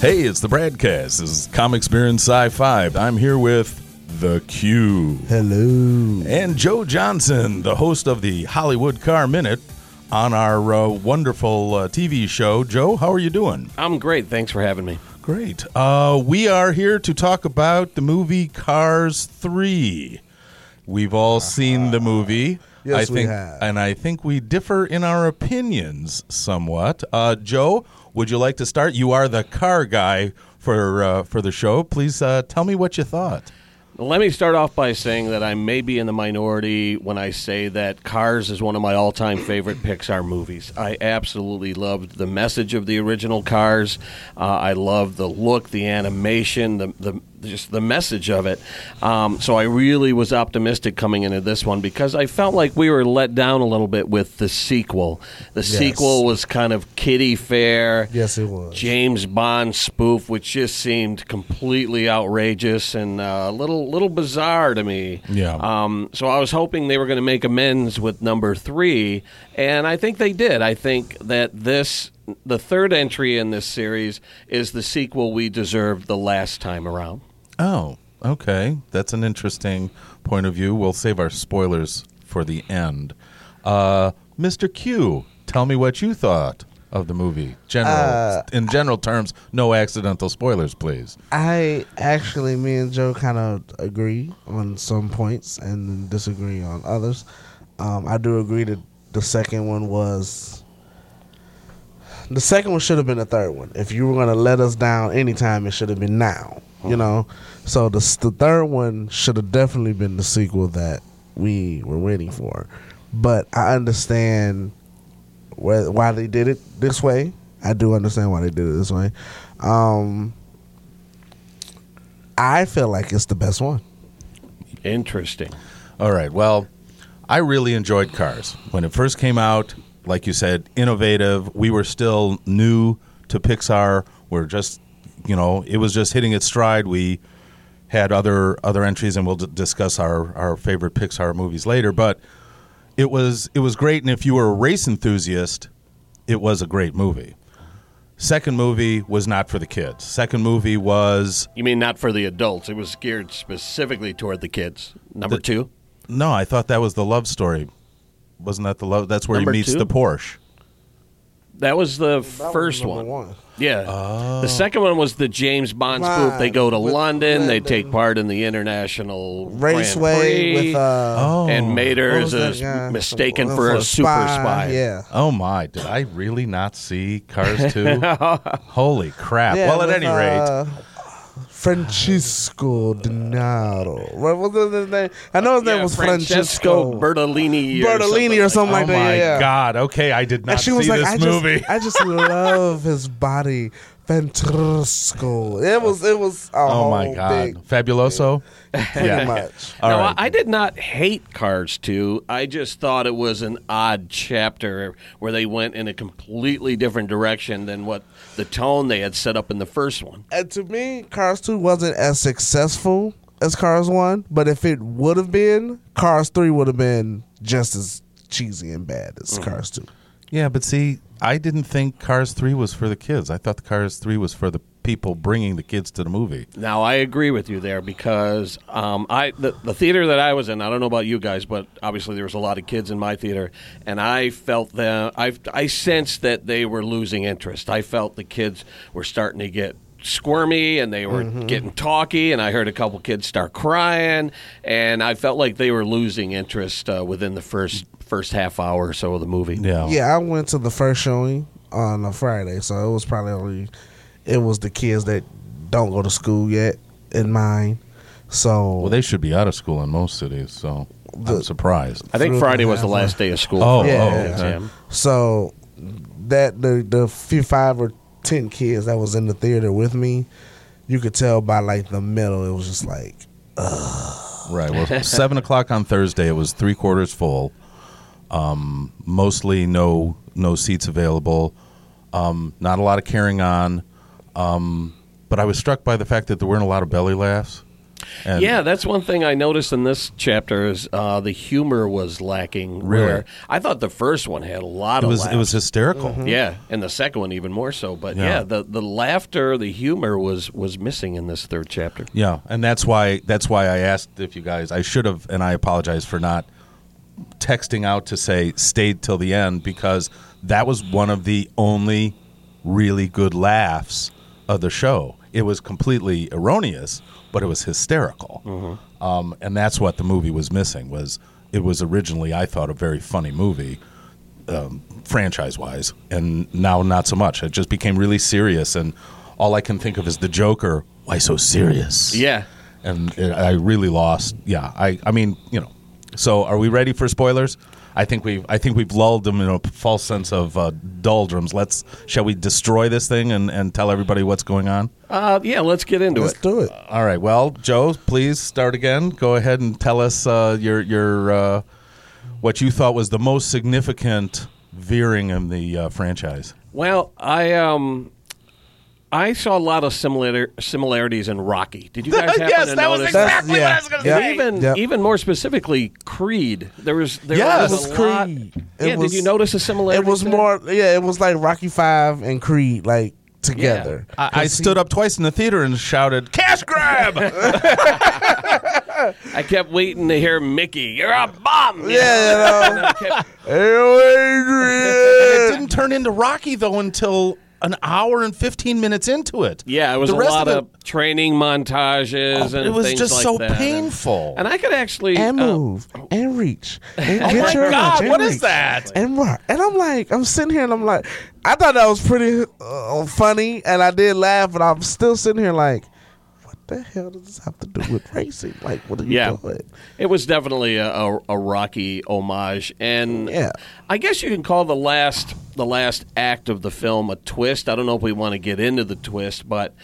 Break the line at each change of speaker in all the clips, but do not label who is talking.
Hey, it's the broadcast. This is Comic Experience Sci-Fi. I'm here with the Q
Hello.
and Joe Johnson, the host of the Hollywood Car Minute on our uh, wonderful uh, TV show. Joe, how are you doing?
I'm great. Thanks for having me.
Great. Uh, we are here to talk about the movie Cars 3. We've all seen the movie.
Uh-huh. Yes,
I
we
think,
have.
And I think we differ in our opinions somewhat. Uh, Joe, would you like to start? You are the car guy for uh, for the show. Please uh, tell me what you thought.
Let me start off by saying that I may be in the minority when I say that Cars is one of my all time favorite Pixar movies. I absolutely loved the message of the original Cars. Uh, I loved the look, the animation, the, the just the message of it. Um, so I really was optimistic coming into this one because I felt like we were let down a little bit with the sequel. The sequel was kind of kiddie fair.
Yes, it was.
James Bond spoof, which just seemed completely outrageous and uh, a little little bizarre to me.
Yeah.
Um, so I was hoping they were going to make amends with number three, and I think they did. I think that this the third entry in this series is the sequel we deserved the last time around.
Oh, okay. That's an interesting point of view. We'll save our spoilers for the end. Uh, Mr. Q, tell me what you thought of the movie. General
Uh,
in general terms, no accidental spoilers, please.
I actually, me and Joe kind of agree on some points and disagree on others. Um, I do agree that the second one was. The second one should have been the third one. If you were going to let us down anytime, it should have been now. You know? So the, s- the third one should have definitely been the sequel that we were waiting for. But I understand where, why they did it this way. I do understand why they did it this way. Um, I feel like it's the best one.
Interesting.
All right. Well, I really enjoyed Cars when it first came out. Like you said, innovative. We were still new to Pixar. We're just, you know, it was just hitting its stride. We had other other entries, and we'll d- discuss our our favorite Pixar movies later. But it was it was great. And if you were a race enthusiast, it was a great movie. Second movie was not for the kids. Second movie was
You mean not for the adults? It was geared specifically toward the kids. Number two.
No, I thought that was the love story. Wasn't that the love? That's where
Number
he meets
two?
the Porsche.
That was the first
number one.
Yeah. The second one was the James Bond spoof. They go to
Oh. With
London. They
London.
take part in the international Grand
Raceway
Prix,
with uh,
Oh,
and Mater
what
is
was
a-
that guy?
mistaken
Uh,
for, a super spy.
Yeah.
oh my! Did I really not see Cars Two? Holy crap!
Yeah,
well, at
with,
any rate,
uh, Francisco Donato. What was his name? I know his
Yeah,
name was
Francesco
Francesco,
Bertolini.
Bertolini or something
oh
like that.
my
yeah.
god! Okay, I did not
And she
see
was like,
this
I
movie.
just, I just love his body. Francesco. It was, it was. A
oh
whole
my
big-
god! Fabuloso.
pretty
Yeah.
much.
All
no,
right.
I, I did not hate Cars 2. I just thought it was an odd chapter where they went in a completely different direction than what the tone they had set up in the first one.
And to me, Cars 2 wasn't as successful as Cars 1, but if it would have been, Cars 3 would have been just as cheesy and bad as
Mm.
Cars 2.
Yeah, but see, I didn't think Cars Three was for the kids. I thought the Cars Three was for the people bringing the kids to the movie.
Now I agree with you there because um, I the, the theater that I was in. I don't know about you guys, but obviously there was a lot of kids in my theater, and I felt that I I sensed that they were losing interest. I felt the kids were starting to get squirmy and they were getting talky and i heard a couple kids start crying and i felt like they were losing interest uh, within the first first half hour or so of the movie
Yeah.
Yeah, I went to the first showing on a Friday, so it was probably only, it was the kids that don't go to school yet in mine. So
Well, they should be out of school in most cities, so I'm
The-
surprised.
i think
Through
friday
the
was the
half
last day of school
Oh,
for
Yeah.
the
oh,
kids,
okay.
yeah.
So that the the few five or ten kids that was in the theater with me, you could tell by like the middle, it was just like
Right. Well, seven o'clock on Thursday, it was three quarters full. Um, mostly no no seats available. Um, not a lot of carrying on. Um, but I was struck by the fact that there weren't a lot of belly laughs. And
yeah, that's one thing I noticed in this chapter is uh, the humor was lacking.
Really?
where I thought the first one had a lot
it
Mm-hmm. of
was
laughs.
it was hysterical.
yeah, and the second one even more so. But
Yeah.
yeah, the, the laughter, the humor was was missing in this third chapter.
Yeah, and that's why that's why I asked if you guys. I should have, and I apologize for not texting out to say stayed till the end because that was one of the only really good laughs of the show. It was completely erroneous, but it was hysterical, um, and that's what the movie was missing. Was it was originally I thought a very funny movie, franchise wise, and now not so much. It just became really serious, and all I can think of is the Joker. Why so serious?
Yeah.
and it, I really lost. Yeah, I, I mean, you know. So, are we ready for spoilers? I think we've, I think we've lulled them in a false sense of uh, doldrums. Let's, shall we destroy this thing and, and tell everybody what's going on?
Uh, yeah, let's get into
Let's
it.
do it.
All right. Well, Joe, please start again. Go ahead and tell us uh, your your uh, what you thought was the most significant veering in the uh, franchise.
Well, I um, I saw a lot of similar similarities in Rocky. Did you guys happen
Yes,
to
that was
notice?
exact-
That's, yeah.
And
yeah.
Even
Yep.
even more specifically, Creed. There was there
Yes.
was
It
a
was
lot.
Creed. It
Yeah,
was-
did you notice a similarity?
It was
there?
more, yeah, it was like Rocky Five and Creed, like together.
I, I stood up twice in the theater and shouted, "Cash grab!"
I kept waiting to hear Mickey. You're a bomb. you
Yeah, you know.
know? And I kept-
Hey,
it
Adrian!
didn't turn into Rocky though until an hour and fifteen minutes into it.
yeah, it was
The
a
rest
lot
of
of,
it-
training montages and
it was
things
just
like
so
that. And-
painful.
And, I could actually
and
uh,
move and reach and
oh
get
my
your lunch
God,
and
what
reach.
is that?
and rock. And I'm like, I'm sitting here and I'm like, I thought that was pretty uh, funny, and I did laugh, but I'm still sitting here like, what the hell does this have to do with racing? Like, what are you
Yeah.
doing?
It was definitely a, a, a rocky homage, and
Yeah.
I guess you can call the last the last act of the film a twist. I don't know if we want to get into the twist, but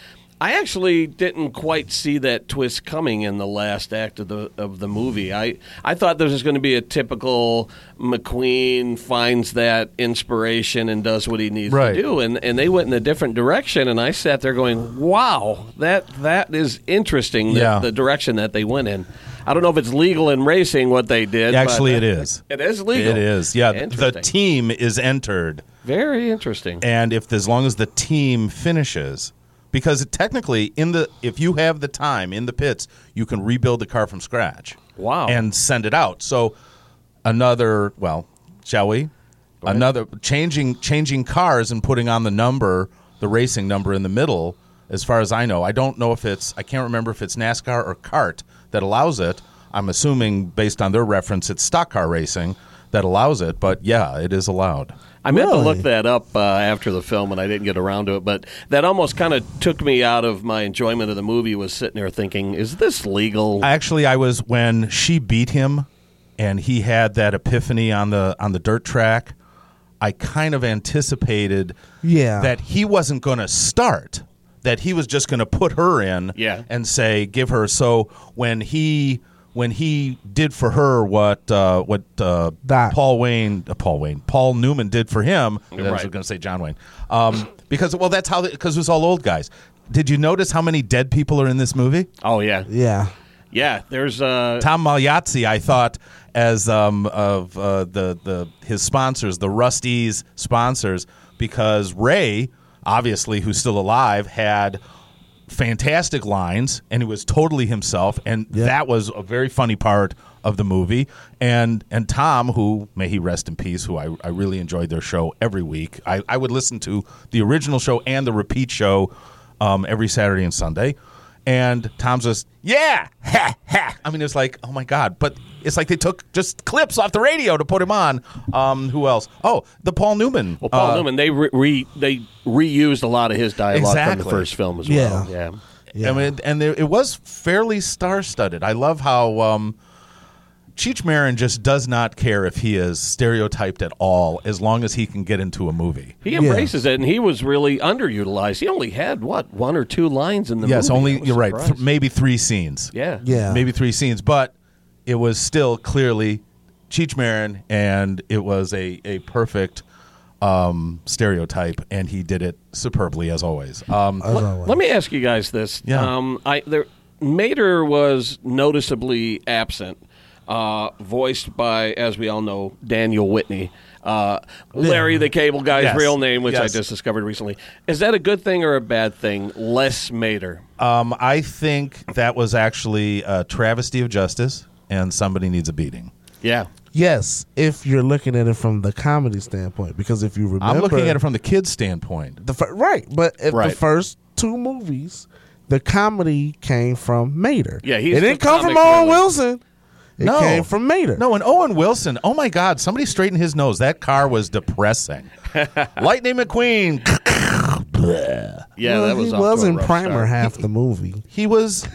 I actually didn't quite see that twist coming in the last act of the of the movie. I I thought there was going to be a typical McQueen finds that inspiration and does what he needs
Right.
to do, and and they went in a different direction, and I sat there going, "Wow, that that is interesting." the-
Yeah.
the direction that they went in. I don't know if it's legal in racing what they did.
Actually,
but,
it is.
It is legal.
It is. Yeah, th- the
Interesting.
team is entered.
Very interesting.
and if as long as the team finishes because technically in the if you have the time in the pits you can rebuild the car from scratch
Wow.
and send it out so another well shall we another changing changing cars and putting on the number the racing number in the middle as far as i know i don't know if it's i can't remember if it's nascar or cart that allows it i'm assuming based on their reference it's stock car racing that allows it but yeah it is allowed
I meant to
Really?
look that up uh, after the film, and I didn't get around to it. But that almost kind of took me out of my enjoyment of the movie. Was sitting there thinking, "Is this legal?"
Actually, I was when she beat him, and he had that epiphany on the on the dirt track. I kind of anticipated,
Yeah.
that he wasn't going to start. That he was just going to put her in,
Yeah.
and say give her. So when he when he did for her what uh, what uh,
That.
Paul Wayne uh, Paul Wayne Paul Newman did for him. I was
right.
going to say John Wayne, um, because well that's how because it was all old guys. Did you notice how many dead people are in this movie?
oh yeah,
Yeah.
yeah. There's uh,
Tom Magliazzi, I thought, as um, of uh, the the his sponsors, the Rusty's sponsors, because Ray, obviously, who's still alive, had fantastic lines, and he was totally himself, and that was a very funny part of the movie. And and Tom, who may he rest in peace, who I, I really enjoyed their show every week. I, I would listen to the original show and the repeat show um, every Saturday and Sunday. And Tom's just, yeah, ha, ha. I mean, it's like, oh my God. But it's like they took just clips off the radio to put him on. Um, who else? Oh, the Paul Newman.
well, Paul
uh,
Newman. They re- re- they reused a lot of his dialogue from
Exactly.
the first film as
Yeah.
well. Yeah,
Yeah.
I mean, and there, it was fairly star-studded. I love how um, Cheech Marin just does not care if he is stereotyped at all, as long as he can get into a movie.
he embraces it, and he was really underutilized. He only had what one or two lines in the
Yes,
movie. I
only
was
you're right.
surprised.
Th- maybe three scenes.
yeah,
Yeah.
maybe three scenes, but it was still clearly Cheech Marin, and it was a a perfect um, stereotype, and he did it superbly as always. Um,
As always.
Let me ask you guys this.
Yeah.
Um, I there Mater was noticeably absent, uh, voiced by, as we all know, Daniel Whitney. Uh, Larry the Cable Guy's
Yes.
real name, which
Yes.
I just discovered recently. Is that a good thing or a bad thing? Less Mater.
Uh,
Um, I think that was actually a travesty of justice, and somebody needs a beating.
Yeah.
Yes, if you're looking at it from the comedy standpoint, because if you remember,
I'm looking at it from the kid's standpoint.
the fir- right. But if the
Right.
first two movies, the comedy came from Mater.
Yeah, he's
it didn't
the
come from
comic
Owen
relief.
Wilson. It
No.
came from Mater.
No, and Owen Wilson. Oh my God! Somebody straightened his nose. That car was depressing. Lightning McQueen. Bleh.
Yeah,
Well,
that was
he
off to
was
a
in
rough
Primer
start.
half the movie.
He was.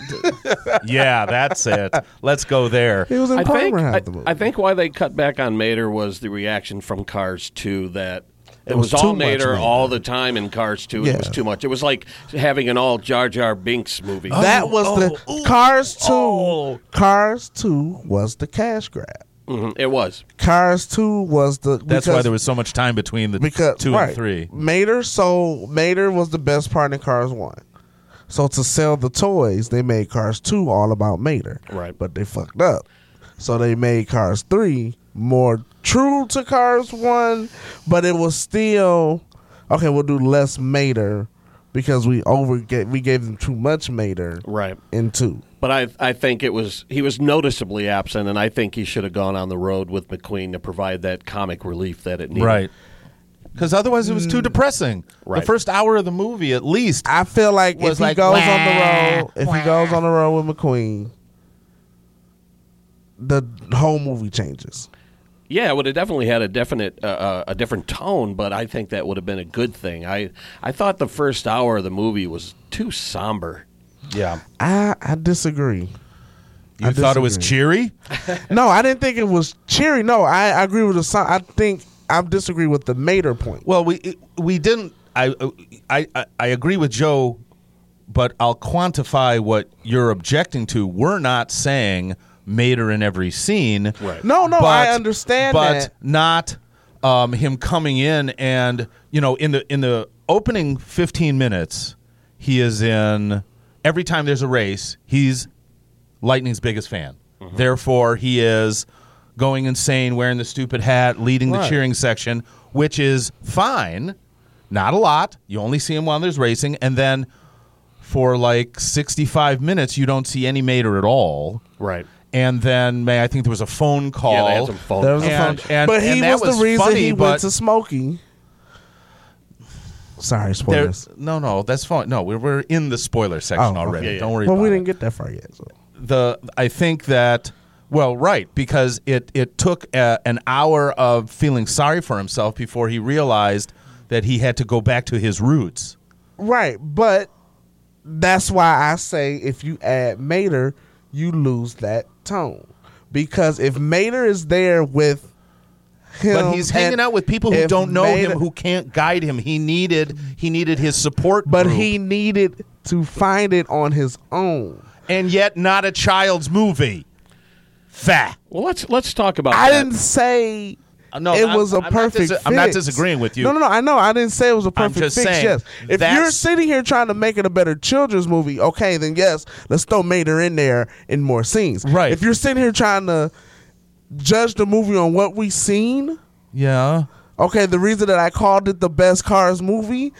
yeah, that's it. Let's go there.
He was in
I
Primer
think,
half
I,
the movie.
I think why they cut back on Mater was the reaction from Cars 2 that it,
was
was,
too
all
much
Mater,
Mater.
all the time in Cars 2.
Yeah.
It was too much. It was like having an all Jar Jar Binks movie.
that was the
oh, ooh,
Cars Two.
oh.
Cars Two was the cash grab.
Mhm, it was.
Cars Two was the.
That's
because-
why there was so much time between the
because
two
right,
and three.
Mater sold Mater was the best part in Cars One. So to sell the toys, they made Cars Two all about Mater.
Right.
But they fucked up. So they made Cars Three more true to Cars One, but it was still okay, we'll do less Mater because we over ga- we gave them too much Mater
Right.
in two.
But I, I think it was he was noticeably absent, and I think he should have gone on the road with McQueen to provide that comic relief that it needed.
Right. Because otherwise, it was too depressing.
Right.
The first hour of the movie, at least.
Mm. I feel like if
Was
he
like,
goes on
"Wah,
the road, if he goes on the road with McQueen, the whole movie changes.
Yeah, it would have definitely had a definite uh, uh, a different tone, but I think that would have been a good thing. I I thought the first hour of the movie was too somber.
Yeah.
I I disagree.
You
I
thought it was
disagree.
cheery?
No, I didn't think it was cheery. No, I, I agree with the song. I think I disagree with the Mater point.
Well, we we didn't. I I I- I agree with Joe, but I'll quantify what you're objecting to. We're not saying Mater in every scene.
Right.
No, no, I understand
but
that.
not um, him coming in and you know in the in the opening 15 minutes he is in every time there's a race he's lightning's biggest fan
Mm-hmm.
therefore he is going insane wearing the stupid hat leading the
Right.
cheering section which is fine not a lot you only see him while there's racing and then for like 65 minutes you don't see any mater at all
Right.
and then may I think there was a phone call.
Yeah, they had some phone.
There was a
And-
fun,
and-
but he
and that
was,
was
the reason
funny,
he
but-
went to Smokey. Sorry,
There-
spoilers.
no, no, that's fine. No, we're, we're in the spoiler section
Oh,
already.
okay. Yeah,
Don't
yeah.
worry.
Well,
about
we
it.
didn't get that far yet. So.
the I think that well right because it it took a, an hour of feeling sorry for himself before he realized that he had to go back to his roots.
Right, but that's why I say if you add Mater, you lose that tone. Because if Mater is there with him,
But he's hanging
Um, and
out with people who
if
don't know
Mater-
him, who can't guide him. He needed he needed his support
But
group.
he needed to find it on his own.
and yet not a child's movie. Fat.
Well, let's let's talk about.
I
that.
didn't say
Uh, no,
it
I'm-
was a
I'm not
perfect.
disa- I'm not
fix.
disagreeing with you.
No, no, no. I know. I didn't say it was a
I'm
perfect
just
fix.
saying,
yes. If you're
that's-
sitting here trying to make it a better children's movie, okay, then yes, let's throw Mater in there in more scenes.
Right.
If you're sitting here trying to judge the movie on what we've seen,
Yeah.
okay, the reason that I called it the best Cars movie,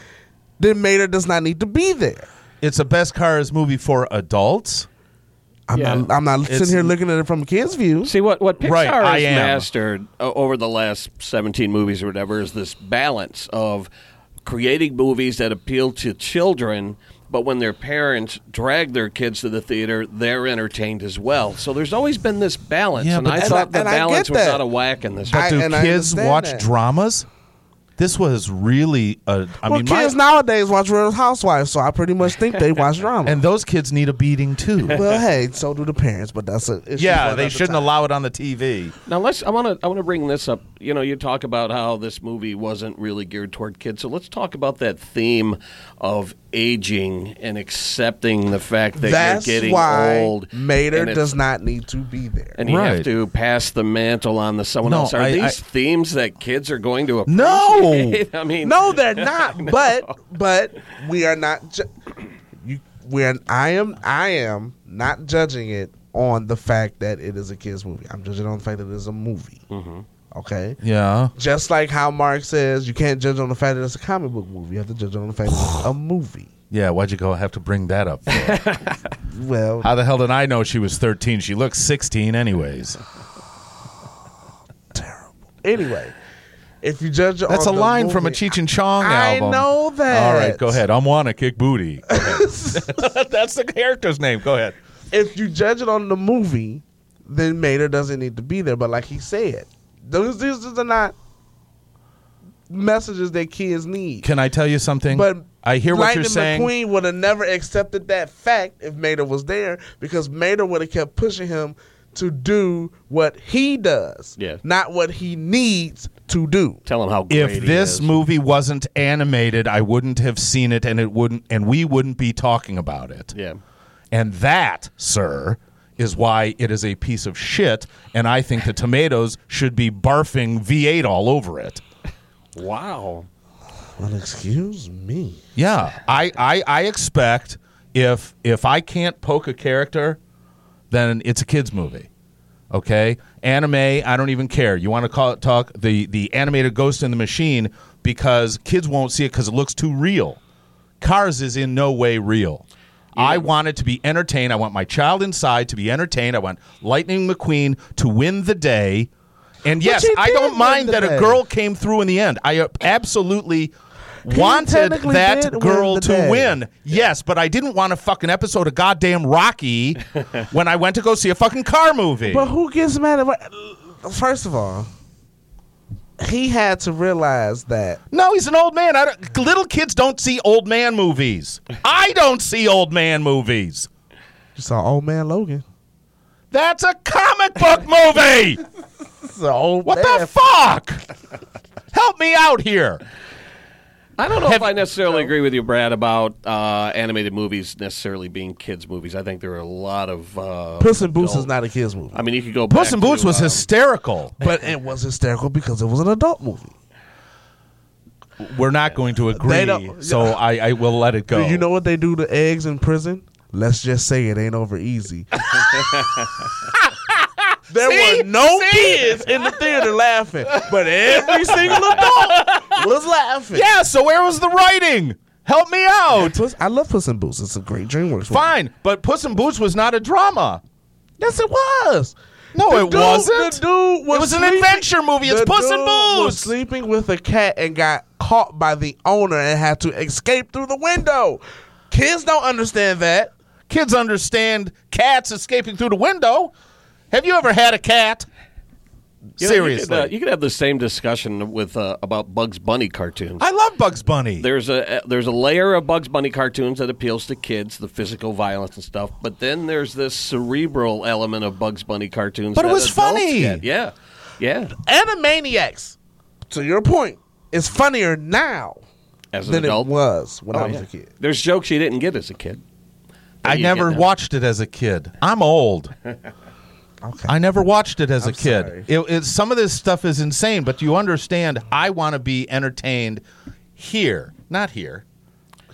then Mater does not need to be there.
It's a best cars movie for adults.
I'm
Yeah.
not. I'm not sitting
It's-
here looking at it from a kid's view.
See what what Pixar
Right, I
has
am.
mastered o- over the last seventeen movies or whatever is this balance of creating movies that appeal to children, but when their parents drag their kids to the theater, they're entertained as well. So there's always been this balance,
Yeah,
and
but
I
and
thought
I-
the
and I get
balance was
that.
out of whack in this.
But
I-
do
and I
kids
understand
watch
that.
dramas? This was really a. I
well,
mean, my-
kids nowadays watch Real Housewives, so I pretty much think they watch drama.
and those kids need a beating too.
well, hey, so do the parents, but that's a issue for
yeah, they
another
shouldn't
time.
allow it on the TV.
Now let's. I want to. I want to bring this up. You know, you talk about how this movie wasn't really geared toward kids. So let's talk about that theme of aging and accepting the fact that
That's
you're getting
why
old.
Mater
and it's-
does not need to be there.
and you have
Right.
to pass the mantle on to someone
No,
else. Are
I-
these
I-
themes that kids are going to
No!
appreciate? I mean,
no, they're not. But but we are not. Ju- you when I am I am not judging it on the fact that it is a kids movie. I'm judging it on the fact that it is a movie.
Mm-hmm.
Okay.
Yeah.
Just like how Mark says, you can't judge on the fact that it's a comic book movie. You have to judge on the fact that it's a movie.
Yeah. Why'd you go have to bring that up? for?
Well,
How the hell did I know she was 13? She looks 16, anyways.
Oh, anyway, if you judge it
That's a
on the
line from a
movie-
Cheech and Chong
I
album.
know that.
All right, go ahead. I'm wanna kick booty. Go ahead. That's the character's name. Go ahead.
if you judge it on the movie, then Mater doesn't need to be there. But like he said, those these are not messages that kids need.
Can I tell you something?
But
I hear what
Lightning
you're saying.
McQueen would have never accepted that fact if Mater was there because Mater would have kept pushing him to do what he does,
Yeah.
not what he needs to do.
Tell him how great
if
he
this
is.
movie wasn't animated, I wouldn't have seen it and it wouldn't and we wouldn't be talking about it.
yeah.
And that, sir, is why it is a piece of shit and I think the tomatoes should be barfing V8 all over it.
Wow.
Well, excuse me.
Yeah, I, I, I expect if if I can't poke a character, then it's a kids movie. Okay, anime, I don't even care. You want to call it talk the the animated Ghost in the Machine because kids won't see it because it looks too real. Cars is in no way real. I want it to be entertained. I want my child inside to be entertained. I want Lightning McQueen to win the day. And yes,
he
I
did
don't
win
mind
the
that
day.
a girl came through in the end. I uh, absolutely wanted
technically did
that
win
girl
the
to
day.
win. Yes, but I didn't want a fucking episode of goddamn Rocky when I went to go see a fucking car movie.
But who gets mad at what? First of all, he had to realize that
no, he's an old man. I don't, little kids don't see old man movies. I don't see old man movies.
you saw Old Man Logan.
That's a comic book movie.
So
What the fuck? Help me out here.
I don't know if I necessarily agree with you, Brad, about uh, animated movies necessarily being kids' movies. I think there are a lot of uh,
Puss in Boots is
adult-
not a kids movie,
I mean, you could go.
Puss
back
in Boots
to,
was
uh,
um,
hysterical.
but it was hysterical because it was an adult movie.
We're not going to agree,
don't-
so I, I will let it go.
Do you know what they do to eggs in prison? Let's just say it ain't over easy. there
See?
were no
See?
kids in the theater laughing, but every single adult was laughing.
Yeah, so where was the writing? Help me out.
Puss, I love Puss in Boots. It's a great DreamWorks. movie.
Fine, but Puss in Boots was not a drama.
Yes, it was.
No,
The
it
dude-
wasn't.
The dude was
it was an
sleeping-
adventure movie. It's
the
Puss in
dude was
Boots.
sleeping with a cat and got caught by the owner and had to escape through the window. Kids don't understand that.
Kids understand cats escaping through the window. Have you ever had a cat?
you know,
Seriously,
you could, uh, you could have the same discussion with uh, about Bugs Bunny cartoons.
I love Bugs Bunny.
there's a uh, there's a layer of Bugs Bunny cartoons that appeals to kids, the physical violence and stuff. But then there's this cerebral element of Bugs Bunny cartoons.
But it
that
was
adults
funny.
get. Yeah, yeah.
Animaniacs, to your point, is funnier now
As an
than
adult,
it was when
Oh,
I was
yeah.
a kid.
There's jokes you didn't get as a kid. that
I
you
never
get now.
watched it as a kid. I'm old.
Okay.
I never watched it as
I'm
a kid.
sorry.
It, it, some of this stuff is insane, but do you understand? I want to be entertained here, not here.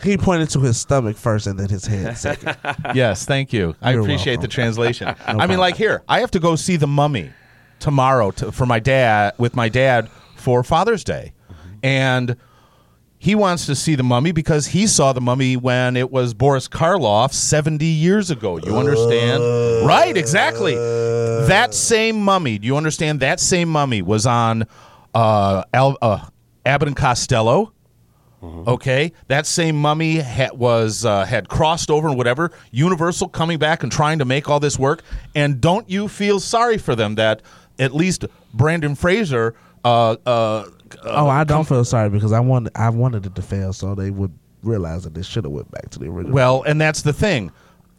he pointed to his stomach first and then his head second.
yes, thank you. I
You're
appreciate
welcome.
the translation. I mean,
problem.
like here, I have to go see the Mummy tomorrow to, for my dad with my dad for Father's Day, and he wants to see the Mummy because he saw the Mummy when it was Boris Karloff seventy years ago. You understand?
Uh.
right? Exactly. That same Mummy. Do you understand? That same Mummy was on uh, Al, uh, Abbott and Costello. Okay, that same mummy ha- was uh, had crossed over and whatever. Universal coming back and trying to make all this work, and don't you feel sorry for them that at least Brandon Fraser? Uh, uh,
oh, I don't feel sorry because I wanted I wanted it to fail so they would realize that they should have went back to the original.
well, and that's the thing,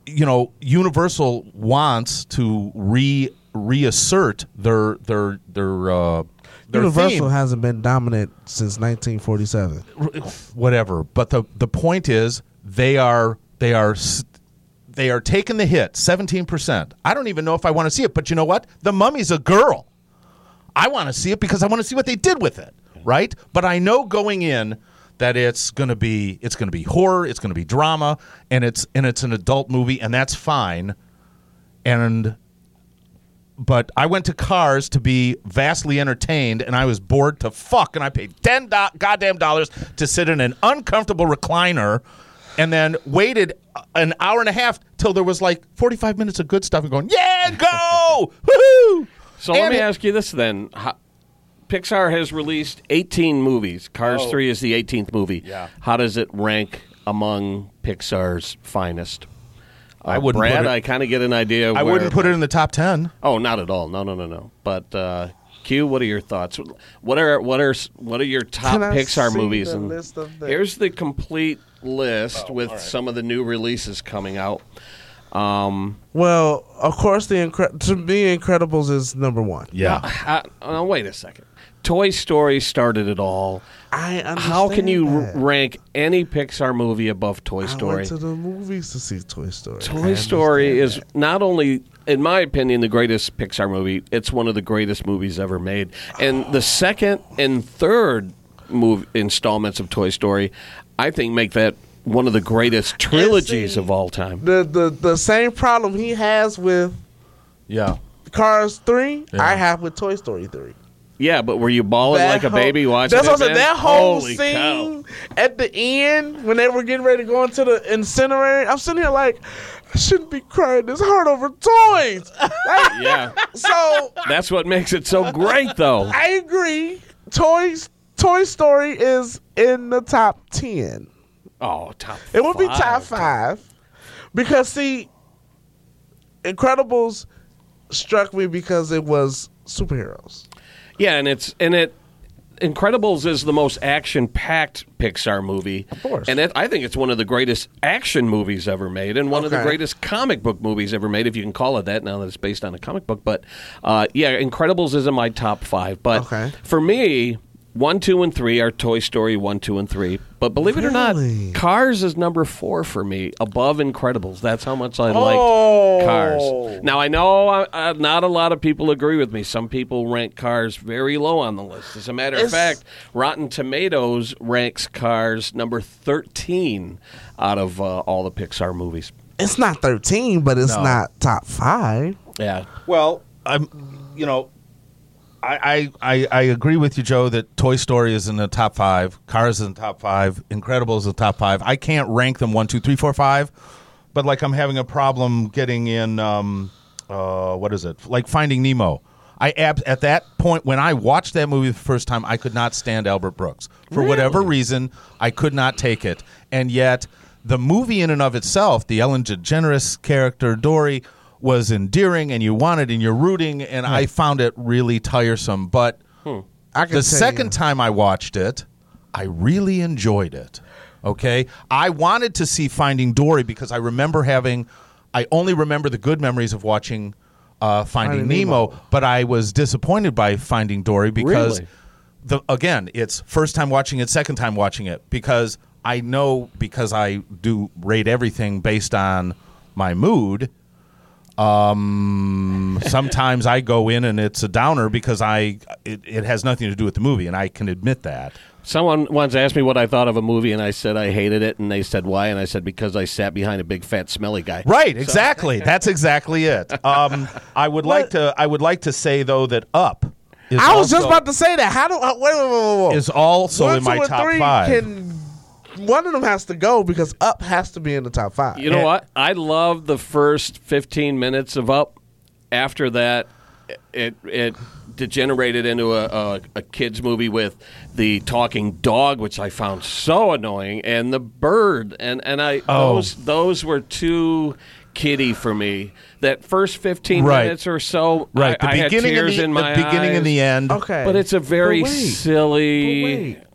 you know. Universal wants to re reassert their their their uh, their
Universal
theme.
hasn't been dominant since 1947.
whatever. But the the point is they are they are s- they are taking the hit, seventeen percent. I don't even know if I want to see it, but you know what? The mummy's a girl. I want to see it because I want to see what they did with it, right? But I know going in that it's going to be it's going to be horror, it's going to be drama, and it's and it's an adult movie, and that's fine. And but I went to Cars to be vastly entertained, and I was bored to fuck, and I paid ten do- goddamn dollars to sit in an uncomfortable recliner, and then waited a- an hour and a half till there was like forty five minutes of good stuff, and going, yeah, go, woohoo!
So let
And
me
it-
ask you this then. How, Pixar has released 18 movies. Cars 3 is the 18th movie.
Oh. Yeah.
How does it rank among Pixar's finest?
I wouldn't
Brad,
put it-
I kind of get an idea.
I
where-
wouldn't put it in the top ten.
Oh, not at all. No, no, no, no. But uh, Q, what are your thoughts? What are what are what are your top
Can I
Pixar
see
movies?
the
And
list of the-
here's the complete list
Oh,
with some of the new releases coming out. Um,
Well, of course, the incre- to me, Incredibles is number one.
Yeah,
I, uh, wait a second. Toy Story started it all.
I understand
How can you r
that.
rank any Pixar movie above Toy
I
Story?
went to the movies to see Toy Story. I
Toy
understand
Story
that.
is not only, in my opinion, the greatest Pixar movie. It's one of the greatest movies ever made. And the second and third move installments of Toy Story, I think, make that one of the greatest trilogies of all time.
the the the same problem he has with
yeah.
Cars three.
Yeah.
I have with Toy Story three.
Yeah, but were you bawling
That
Oh, like a
whole-
baby watching
That's
it?
what I'm saying.
man?
That whole
Holy
scene
cow.
at the end when they were getting ready to go into the incinerator. I'm sitting here like, I shouldn't be crying this hard over toys.
Yeah,
so
that's what makes it so great, though.
I agree. Toys Toy Story is in the top ten.
Oh, top.
It would be top five.
five.
Because see, Incredibles struck me because it was superheroes.
Yeah, and it's and it Incredibles is the most action-packed Pixar movie. Of
course.
And it, I think it's one of the greatest action movies ever made and one of the
Okay.
greatest comic book movies ever made if you can call it that now that it's based on a comic book, but uh, yeah, Incredibles is in my top 5, but
Okay.
for me one, two, and three are Toy Story one, two, and three. But believe it or
Really?
not, Cars is number four for me, above Incredibles. That's how much I
Oh.
liked Cars. Now I know uh, uh, not a lot of people agree with me. Some people rank Cars very low on the list. As a matter of
It's-
fact, Rotten Tomatoes ranks Cars number thirteen out of uh, all the Pixar movies.
It's not thirteen, but it's
No.
not top five.
Yeah,
Well, I'm, you know, I, I I I agree with you, Joe. That Toy Story is in the top five, Cars is in the top five, Incredibles is in the top five. I can't rank them one, two, three, four, five, but like I'm having a problem getting in. Um, uh, what is it? Like Finding Nemo. I ab- at that point when I watched that movie the first time, I could not stand Albert Brooks for whatever reason. I could not take it, and yet the movie in and of itself, the Ellen DeGeneres character Dory, was endearing, and you wanted and you're rooting, and I found it really tiresome. But
I
the
can tell
second
you.
time I watched it, I really enjoyed it. Okay, I wanted to see Finding Dory because I remember having, I only remember the good memories of watching uh, Finding,
Finding
Nemo, but I was disappointed by Finding Dory because,
Really?
the again, it's first time watching it, second time watching it because I know because I do rate everything based on my mood um, sometimes I go in and it's a downer because I it, it has nothing to do with the movie, and I can admit that.
Someone once asked me what I thought of a movie, and I said I hated it, and they said why, and I said because I sat behind a big fat smelly guy.
Right, exactly. That's exactly it. Um, I would like to. I would like to say though that Up. Is
I was just
also-
about to say that. How do I, wait, wait, wait, wait, wait.
is also
One,
in
two,
my
and
top
three
five.
Can, one of them has to go because Up has to be in the top five.
You know
And-
what? Eh, I love the first 15 minutes of Up. After that, it it degenerated into a, a, a kids movie with the talking dog, which I found so annoying, and the bird, and and I
Oh.
those those were too kiddie for me. That first 15
Right.
minutes or so,
right,
I,
the
I had
beginning and
tears
the,
in
the
my
beginning and the
eyes.
end.
okay,
But it's a very
But wait. But
silly.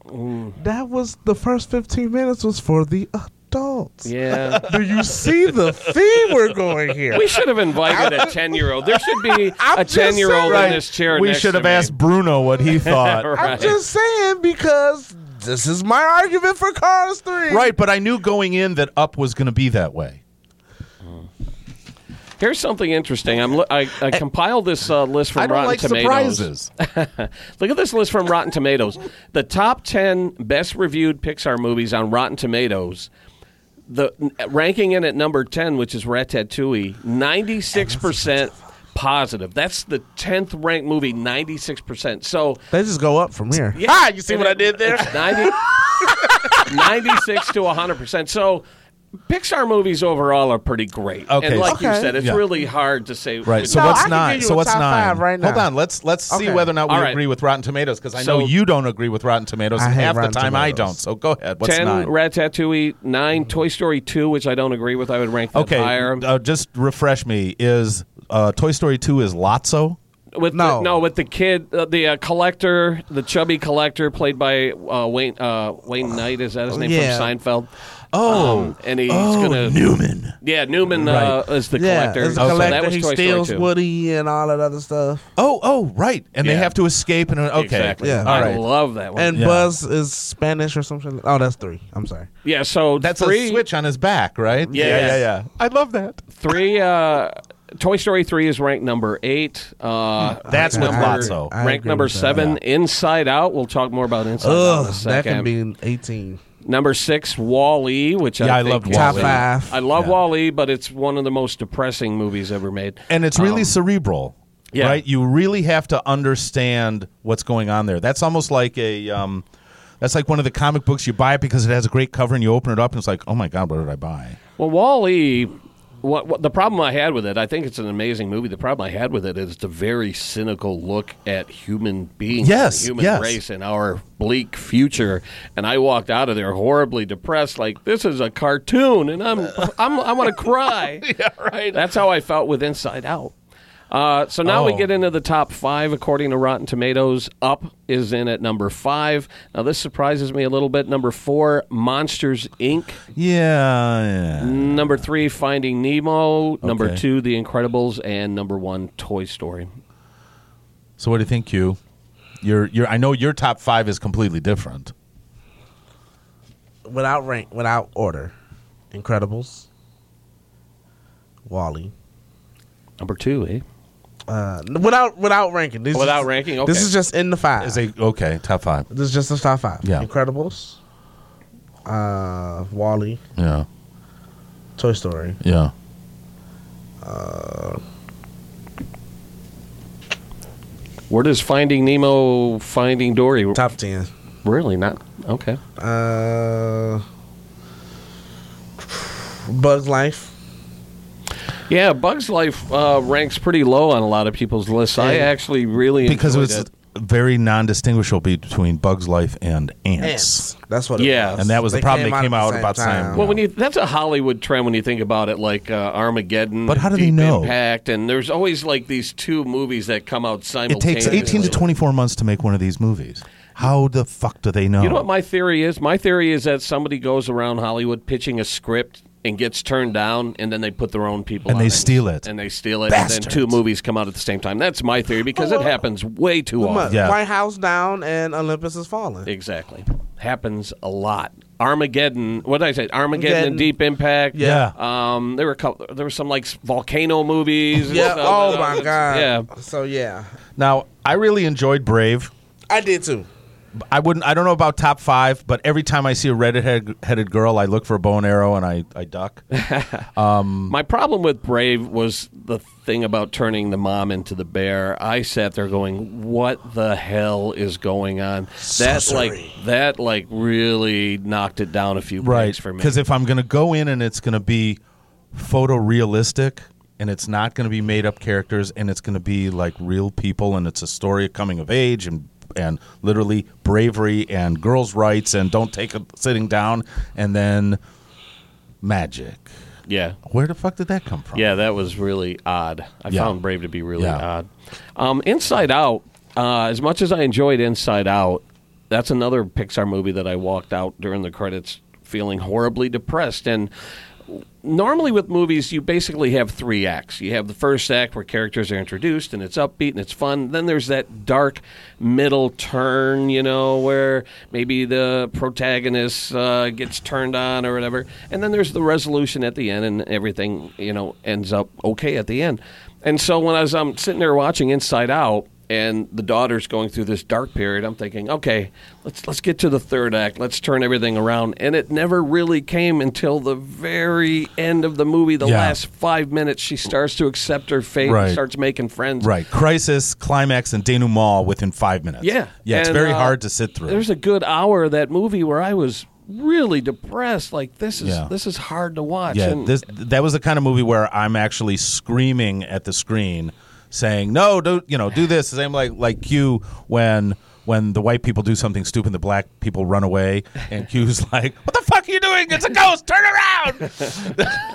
wait. That was the first fifteen minutes was for the adults.
Yeah.
Do you see the theme we're going here?
We should have invited a ten-year-old. There should be
I'm
a
just saying.
ten-year-old in
Right.
this chair.
we
next
should
to
have
me.
asked Bruno what he thought.
Right.
I'm just saying because this is my argument for Cars 3.
right, but I knew going in that Up was going to be that way.
Here's something interesting. I'm lo- I, I compiled this uh, list from
Eh, I don't
Rotten
like
Tomatoes.
surprises.
Look at this list from Rotten Tomatoes. The top 10 best reviewed Pixar movies on Rotten Tomatoes. The ranking in at number 10, which is Ratatouille, 96% positive. That's the 10th ranked movie, 96%. So,
They just go up from here.
Ha! You see what I did there?
It's 90, 96 to 100%. So, Pixar movies overall are pretty great.
Okay,
And like you
okay.
said, it's
Yeah.
really hard to say.
Right.
which-
So
No, I
what's
can
nine?
give you
So
a
what's
top
nine?
five right now.
Hold on. Let's let's see
Okay.
whether or not we
All right.
agree with Rotten Tomatoes because I
So-
know you don't agree with Rotten Tomatoes.
I
and
hate
half
Rotten
the time I
Tomatoes.
don't. So go ahead. What's
10
nine?
Ratatouille, 9 Toy Story 2, which I don't agree with. I would rank that
okay.
higher.
Uh, just refresh me. Is uh, Toy Story two is Lotso?
with
No.
the, no, with the kid, uh, the uh, collector, the chubby collector, played by uh, Wayne uh, Wayne Knight. Is that his name
Yeah.
from Seinfeld? Oh, and he's gonna
Newman.
yeah Newman uh, is the
Yeah,
collector.
it's a
So
Okay.
collector.
that was
he
Toy
steals
Story 2.
Woody and all that other stuff.
Oh, oh, right. And they
Yeah.
have to escape. And okay,
Exactly.
Yeah.
all
I
right.
love that one.
And
Yeah.
Buzz is Spanish or something. Oh, that's three. I'm sorry.
yeah, so
That's
three,
a switch on his back, right?
Yeah.
yeah, yeah, yeah. I love that.
Three. Uh, Toy Story three is ranked number eight. Uh,
Hmm. That's
ranked
with Lotso.
number-
I
Ranked
agree
number
with that,
seven, Inside Out. We'll talk more about Inside Out in a
Ugh,
second.
that can be 18.
Number six, Wall-E, which
Yeah,
I,
I
think
loved
is-
Wall-E.
Top five.
I love
Yeah.
Wall-E, but it's one of the most depressing movies ever made.
and it's really cerebral
yeah.
right you really have to understand what's going on there that's almost like a um, that's like one of the comic books you buy it because it has a great cover and you open it up and it's like oh my god what did i buy
Well, Wall-E, what, what the problem I had with it, I think it's an amazing movie. The problem I had with it is the very cynical look at human beings,
Yes,
the human
yes.
race, and our bleak future. And I walked out of there horribly depressed, like this is a cartoon, and I'm, I'm I want to cry. yeah, right. That's how I felt with Inside Out. Uh, so now we
Oh.
get into the top five according to Rotten Tomatoes. Up is in at number five. Now this surprises me a little bit. Number four, Monsters Inc.
yeah, yeah.
Number three, Finding Nemo. Number
Okay.
two, The Incredibles, and number one, Toy Story.
so what do you think you your your i know your top five is completely different
Without rank, without order. Incredibles. Wally.
Number two, eh?
Uh, n- without without ranking. This
Without
is,
ranking, okay.
This is just in the five.
is a okay top five
this is just the top five.
Yeah.
Incredibles. Uh, Wally.
yeah
Toy Story.
yeah
Where does Finding Nemo, Finding Dory?
Top ten.
Really not? Okay.
Uh, Bugs Life.
Yeah, Bugs Life uh, ranks pretty low on a lot of people's lists. I actually really
because it
enjoyed
was very non-distinguishable between bugs life and ants,
That's what. It
Yeah.
was.
and that was the problem they came
at
out
the
about
same
saying
Well, when you that's a Hollywood trend when you think about it, like uh, Armageddon.
But how
and
do they
Deep
know?
Impact, and there's always like these two movies that come out
it
simultaneously.
takes 18 to 24 months to make one of these movies how the fuck do they know
You know what my theory is? My theory is that somebody goes around Hollywood pitching a script and gets turned down, and then they put their own people
And
on
they steal it.
and they steal it, and then
Bastards.
two movies come out at the same time. That's my theory because
Oh,
it happens way too
Come on,
often.
Yeah.
White House down and Olympus is falling.
Exactly, happens a lot. Armageddon. What did I say? Armageddon,
Armageddon.
and Deep Impact.
Yeah.
Um. There were a couple. There were some like volcano movies. and
yeah.
stuff.
Oh my god.
Yeah.
So yeah,
Now, I really enjoyed Brave.
I did too.
I wouldn't. I don't know about top five, but every time I see a redhead headed girl, I look for a bow and arrow and I, I duck.
My problem with Brave was the thing about turning the mom into the bear. I sat there going, "What the hell is going on?" That
Sorcery.
like that like really knocked it down a few pegs for me.
Because if I'm going to go in and it's going to be photorealistic and it's not going to be made up characters and it's going to be like real people and it's a story of coming of age and and literally bravery and girls' rights and don't take a sitting down and then magic.
yeah.
Where the fuck did that come from?
Yeah, that was really odd. I
Yeah.
found Brave to be really
Yeah.
odd. Um, Inside Out, uh, as much as I enjoyed Inside Out, that's another Pixar movie that I walked out during the credits feeling horribly depressed. And normally with movies you basically have three acts you have the first act where characters are introduced and it's upbeat and it's fun then there's that dark middle turn you know where maybe the protagonist uh, gets turned on or whatever and then there's the resolution at the end and everything you know ends up okay at the end and so when i was um, sitting there watching inside out and the daughter's going through this dark period. I'm thinking, okay, let's let's get to the third act. Let's turn everything around. And it never really came until the very end of the movie, the
Yeah.
last five minutes. She starts to accept her fate, and
Right.
starts making friends.
Right. Crisis, climax, and denouement within five minutes.
Yeah.
Yeah, it's
And,
very
uh,
hard to sit through.
There's a good hour of that movie where I was really depressed. Like this is
Yeah.
this is hard to watch.
yeah,
and
this, that was the kind of movie where I'm actually screaming at the screen, saying, "No, don't you know, do this." Same like like Q when when the white people do something stupid, the black people run away, and Q's like, "What the fuck are you doing? It's a ghost! Turn around!"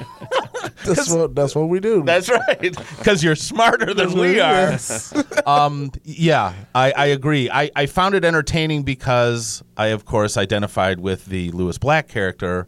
That's what that's what we do.
That's right, because you're smarter than we are.
Yes.
um, yeah, I, I agree. I, I found it entertaining because I, of course, identified with the Lewis Black character,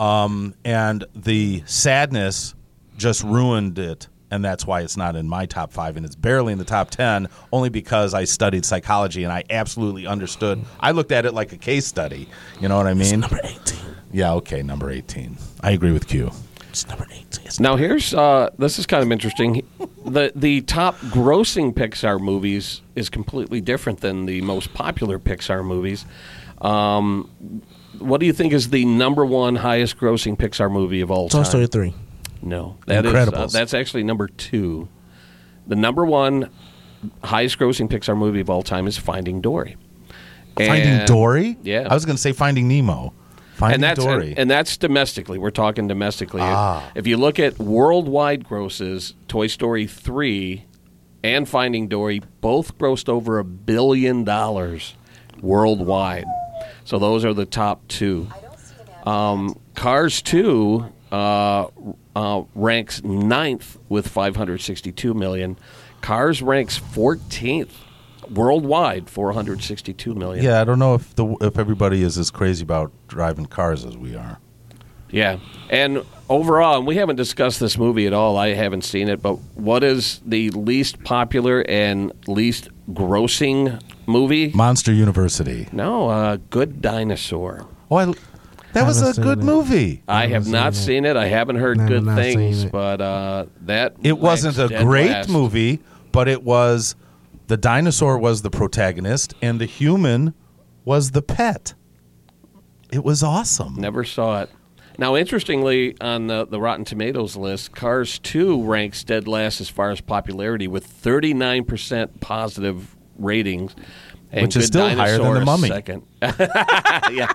um, and the sadness just ruined it. And that's why it's not in my top five, and it's barely in the top ten, only because I studied psychology and I absolutely understood. I looked at it like a case study. You know what I mean? number eighteen. Yeah. Okay. Number eighteen. I agree with Q. It's number eighteen.
Now here's uh, this is kind of interesting. the The top grossing Pixar movies is completely different than the most popular Pixar movies. Um, what do you think is the number one highest grossing Pixar movie of all
Toy
time?
Story three.
No, that is uh,
Incredibles.
that's actually number two. The number one highest grossing Pixar movie of all time is Finding Dory.
Finding
And-
Dory.
Yeah.
I was going to say Finding Nemo. Finding
and that's
Dory.
And, and that's domestically. We're talking domestically.
Ah.
If you look at worldwide grosses, Toy Story three and Finding Dory both grossed over a billion dollars worldwide. So those are the top two. Um, Cars two uh, uh, ranks ninth with five hundred sixty-two million. Cars ranks fourteenth worldwide, four hundred sixty-two million.
Yeah, I don't know if the if everybody is as crazy about driving cars as we are.
Yeah. And overall, and we haven't discussed this movie at all. I haven't seen it, but what is the least popular and least grossing movie?
Monster University.
No, uh, Good Dinosaur.
Oh, I, that was
haven't
a
seen
good
it.
movie.
I have
haven't
not
seen
seen it. I haven't heard
I have
good
not seen
things,
it.
but uh, that
It wasn't
ranks
a
dead
great
last.
movie, but it was the dinosaur was the protagonist and the human was the pet. It was awesome.
Never saw it. Now, interestingly, on the, the Rotten Tomatoes list, Cars 2 ranks dead last as far as popularity with 39% positive ratings. And
Which is still
Good
higher than
Dinosaur
The
is
Mummy.
Second. yeah.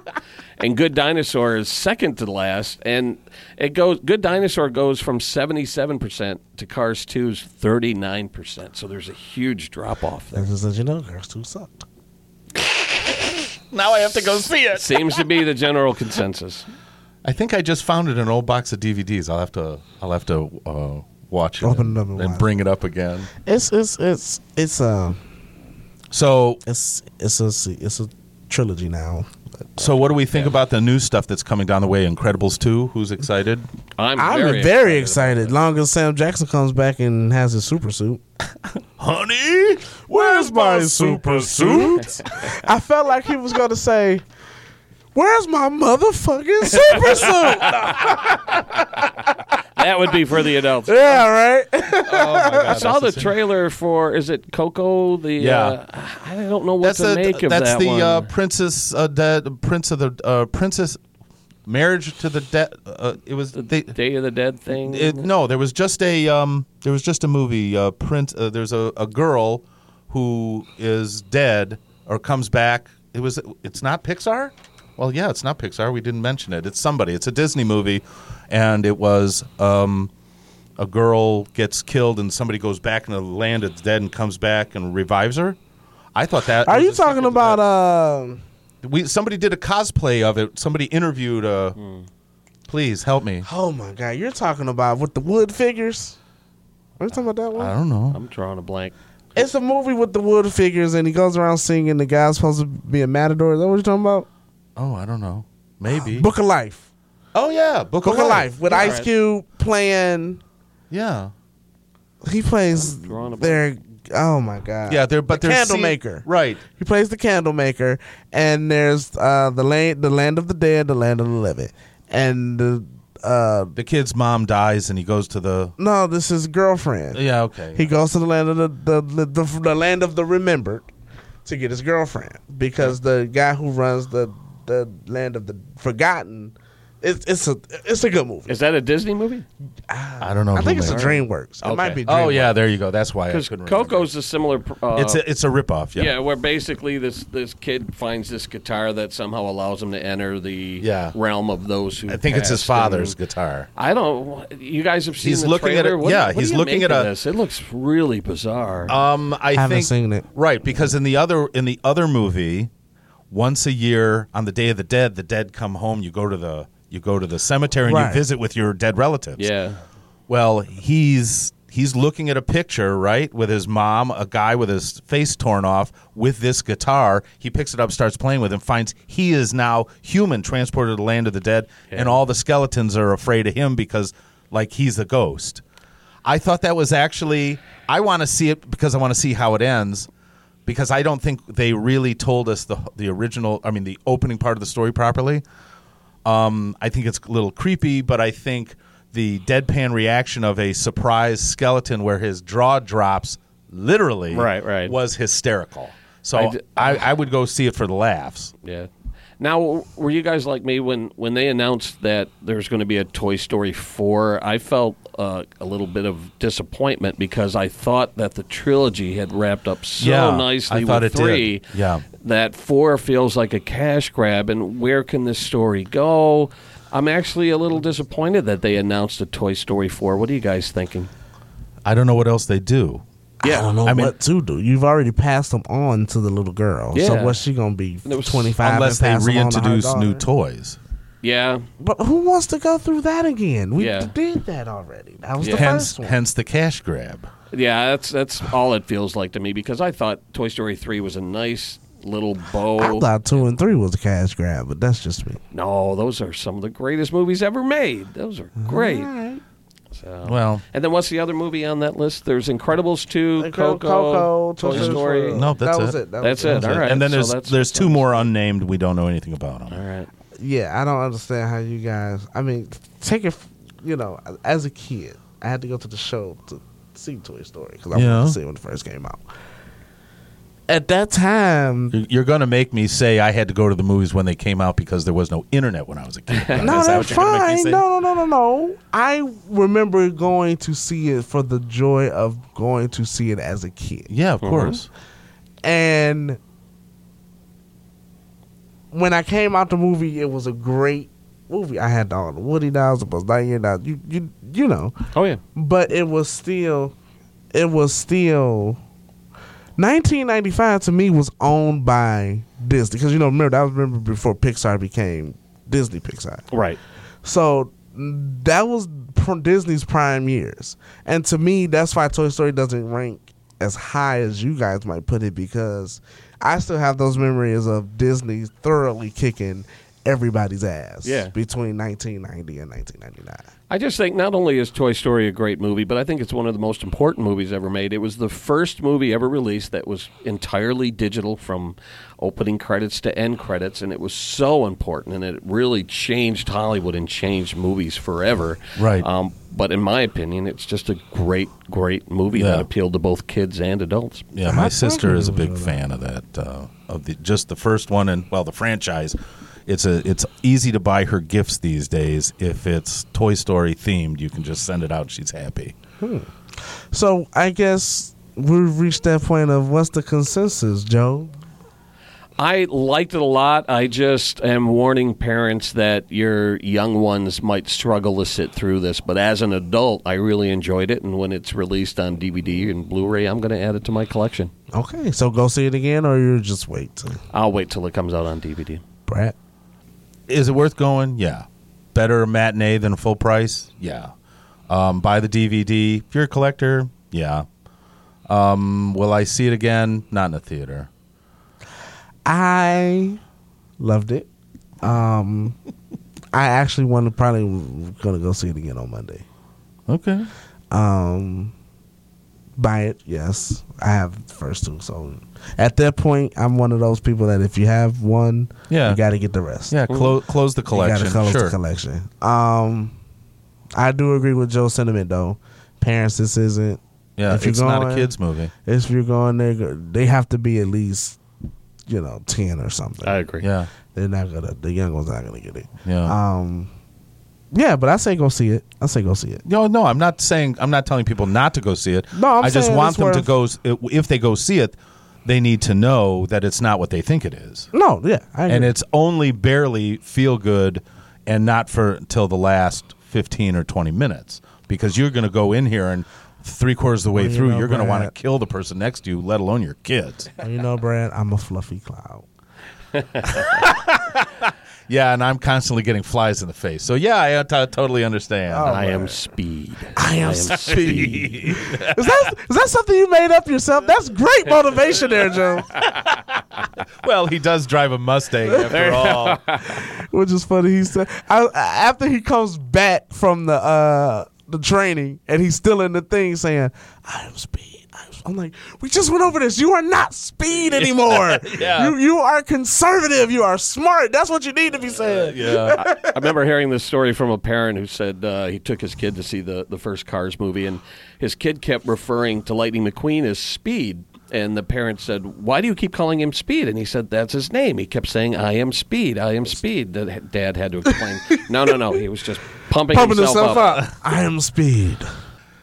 And Good Dinosaur is second to last. And it goes Good Dinosaur goes from 77% to Cars 2's 39%. So there's a huge drop off there.
That's just as you know, girls too sucked.
Now I have to go see it.
Seems to be the general consensus.
I think I just found it in an old box of DVDs. I'll have to I'll have to uh, watch it
Open
and,
it up and
and
watch
bring it up again.
It's it's it's it's um
So
it's it's a se- it's a trilogy now.
So what do we think about the new stuff that's coming down the way? Incredibles two. Who's excited?
I'm,
I'm very,
very,
excited. Long as Sam Jackson comes back and has his super suit.
Honey,
Where's my super suit? I felt like he was gonna say, "Where's my motherfucking super suit?"
That would be for the adults.
yeah, right.
I saw the trailer for is it Coco? The
Yeah.
uh, I don't know what
That's
to
the
make of
that's
that
the
one.
Uh, princess uh, dead prince of the uh, princess marriage to the dead. Uh, it was they.
Day of the Dead thing.
It, no, there was just a um, there was just a movie. Uh, print. Uh, there's a, a girl who is dead or comes back. It was. It's not Pixar. Well, yeah, it's not Pixar. We didn't mention it. It's somebody. It's a Disney movie, and it was um, a girl gets killed and somebody goes back into the land that's dead and comes back and revives her. I thought that.
Are
was
you
a sequel
talking
to
about
that.
um?
we? Somebody did a cosplay of it. Somebody interviewed. Uh, Please help me.
Oh my god, you're talking about with the wood figures. Are you talking about that one?
I don't know.
I'm drawing a blank.
It's a movie with the wood figures, and he goes around singing. The guy's supposed to be a matador. Is that what you're talking about?
Oh, I don't know. Maybe.
Book of Life.
Oh yeah, Book,
Book of Life with Ice Cube playing.
Yeah,
He plays
Drawing a
their. Oh my god.
yeah. They're but
The
they're
candle
see-
maker.
right?
He plays the candle maker, and there's uh, the land, the land of the dead, the land of the living, and the uh,
The kid's mom dies, and he goes to the
no, this is girlfriend.
yeah. Okay,
He goes to the land of the the, the, the the land of the remembered to get his girlfriend because the guy who runs the the land of the forgotten. It's it's a it's a good movie.
Is that a Disney movie?
I don't know.
I
who
think it's a
made it.
DreamWorks. It might
Okay.
be. DreamWorks.
Oh yeah, there you go. That's why I
Because
couldn't remember.
Coco's a similar. pr- Uh,
It's a it's a ripoff.
yeah.
Yeah.
where basically this this kid finds this guitar that somehow allows him to enter the
Yeah.
realm of those who.
I think it's his
passed,
father's
and-
guitar.
I don't. You guys have seen.
He's
the
looking at
trailer?
it-
What-
yeah,
what do
he's
you
looking
make
at
of
a-
this? It looks really bizarre.
Um, I
Haven't
think,
seen it.
Right, because in the other in the other movie, once a year on the Day of the Dead, the dead come home. You go to the you go to the cemetery and
Right.
you visit with your dead relatives.
yeah.
Well, he's he's looking at a picture, right, with his mom, a guy with his face torn off, with this guitar. He picks it up, starts playing with, it, and finds he is now human, transported to the land of the dead, and all the skeletons are afraid of him because, like, he's a ghost. I thought that was actually. I want to see it because I want to see how it ends. Because I don't think they really told us the the original. I mean, the opening part of the story properly. Um, I think it's a little creepy, but I think the deadpan reaction of a surprised skeleton where his jaw drops literally
Right, right.
was hysterical. So
I
I
d-
I would go see it for the laughs.
Yeah. Now, were you guys like me when when they announced that there's going to be a Toy Story four? I felt uh, a little bit of disappointment because I thought that the trilogy had wrapped up so
Yeah,
nicely
I thought
with
it did.
three.
Yeah.
That four feels like a cash grab, and where can this story go? I'm actually a little disappointed that they announced a Toy Story four. What are you guys thinking?
I don't know what else they do.
I don't know
I mean-
what to do. You've already passed them on to the little girl.
Yeah.
So what's she gonna be?
There was-
Twenty five.
Unless they reintroduce new toys.
Yeah.
But who wants to go through that again? We
Yeah.
did that already. That was
Yeah.
the
Hence
first one.
hence the cash grab.
Yeah, that's that's all it feels like to me because I thought Toy Story three was a nice little bow.
I thought two and three was a cash grab, but that's just me.
No, those are some of the greatest movies ever made. Those are great.
Alright.
So.
Well,
and then what's the other movie on that list? There's Incredibles two, Coco, Toy Story.
No, that's
that was
it.
it. That
That's
was
it. All right.
and then
so
there's
that's-
there's two more unnamed we don't know anything about
All
them.
right.
Yeah, I don't understand how you guys. I mean, take it. You know, as a kid, I had to go to the show to see Toy Story because I wanted
Yeah.
to see it when it first came out. At that time,
You're- You're going to make me say I had to go to the movies when they came out because there was no internet when I was a kid.
No,
Is that what
that's
you're gonna make me
fine.
say?
No, no, no, no, no. I remember going to see it for the joy of going to see it as a kid.
Yeah, of course.
And when I came out the movie, it was a great movie. I had all the Woody dolls, the Buzz Lightyear dolls, you, you, you know.
Oh yeah.
But it was still, it was still. 1995 to me was owned by Disney because you know remember that was remember before Pixar became Disney Pixar.
Right.
So mm, that was pr- Disney's prime years, and to me, that's why Toy Story doesn't rank as high as you guys might put it because I still have those memories of Disney thoroughly kicking everybody's ass
Yeah.
between 1990 and 1999.
I just think not only is Toy Story a great movie, but I think it's one of the most important movies ever made. It was the first movie ever released that was entirely digital from opening credits to end credits, and it was so important, and it really changed Hollywood and changed movies forever.
Right.
Um, but in my opinion, it's just a great, great movie that
Yeah.
appealed to both kids and adults.
Yeah, my sister is a big fan of that uh, of the just the first one and well the franchise. It's a it's easy to buy her gifts these days. If it's Toy Story themed, you can just send it out. She's happy.
So I guess we've reached that point of what's the consensus, Joe?
I liked it a lot. I just am warning parents that your young ones might struggle to sit through this. But as an adult, I really enjoyed it. And when it's released on DVD and Blu ray, I'm going to add it to my collection.
Okay, so go see it again, or you just wait. Till
I'll wait till it comes out on DVD.
Brad.
Is it worth going? Yeah. Better matinee than full price? Yeah. Um, buy the DVD. If you're a collector, yeah. Um, will I see it again? Not in the theater.
I loved it. Um, I actually want to probably gonna go see it again on Monday.
Okay.
Um, buy it, yes. I have the first two, so at that point, I'm one of those people that if you have one,
Yeah.
you got to get the rest.
Yeah. Clo- close the collection.
You gotta close
sure.
the collection. Um, I do agree with Joe's sentiment though. Parents, this isn't.
Yeah.
If you're
it's not a
going-
kids movie.
If you're going there, go- they have to be at least, you know, ten or something.
Uh,
I agree.
Yeah.
They're not gonna. The young ones not gonna get it.
Yeah.
Um, yeah, but I say go see it. I say go see it.
No, no, I'm not saying I'm not telling people not to go see it.
No, I'm
I just
saying
want
it's
them to
worth-
go. s- If they go see it, they need to know that it's not what they think it is,
No, yeah, I agree.
and it's only barely feel good, and not for till the last 15 or 20 minutes because you're going to go in here and three quarters of the way
Well, you
through,
know,
you're going to want to
Brad.
kill the person next to you, let alone your kids.
you know, Brad, I'm a fluffy cloud.
yeah, and I'm constantly getting flies in the face. So yeah, I t- totally understand.
Oh.
I am speed.
I am speed. is that is that something you made up yourself? That's great motivation, there, Joe.
well, he does drive a Mustang after all.
which is funny. He said I, after he comes back from the uh, the training, and he's still in the thing saying, "I am speed." I am sp-" I'm like, we just went over this. You are not speed anymore.
Yeah.
You you are conservative. You are smart. That's what you need to be saying.
Yeah.
I remember hearing this story from a parent who said uh, he took his kid to see the, the first Cars movie, and his kid kept referring to Lightning McQueen as Speed. And the parent said, Why do you keep calling him Speed? And he said, That's his name. He kept saying, I am Speed. I am Speed. That dad had to explain. no, no, no. He was just pumping,
Pumping
himself,
yourself
up.
up. I am speed.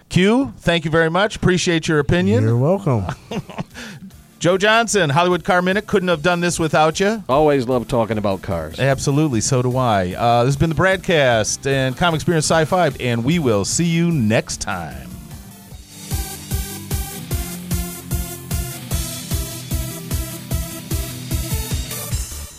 Q, thank you very much. Appreciate your opinion.
You're welcome.
Joe Johnson, Hollywood Car Minute, couldn't have done this without you.
Always love talking about cars.
Absolutely, so do I. Uh, this has been the broadcast and Comic Experience Sci Fi, and we will see you next time.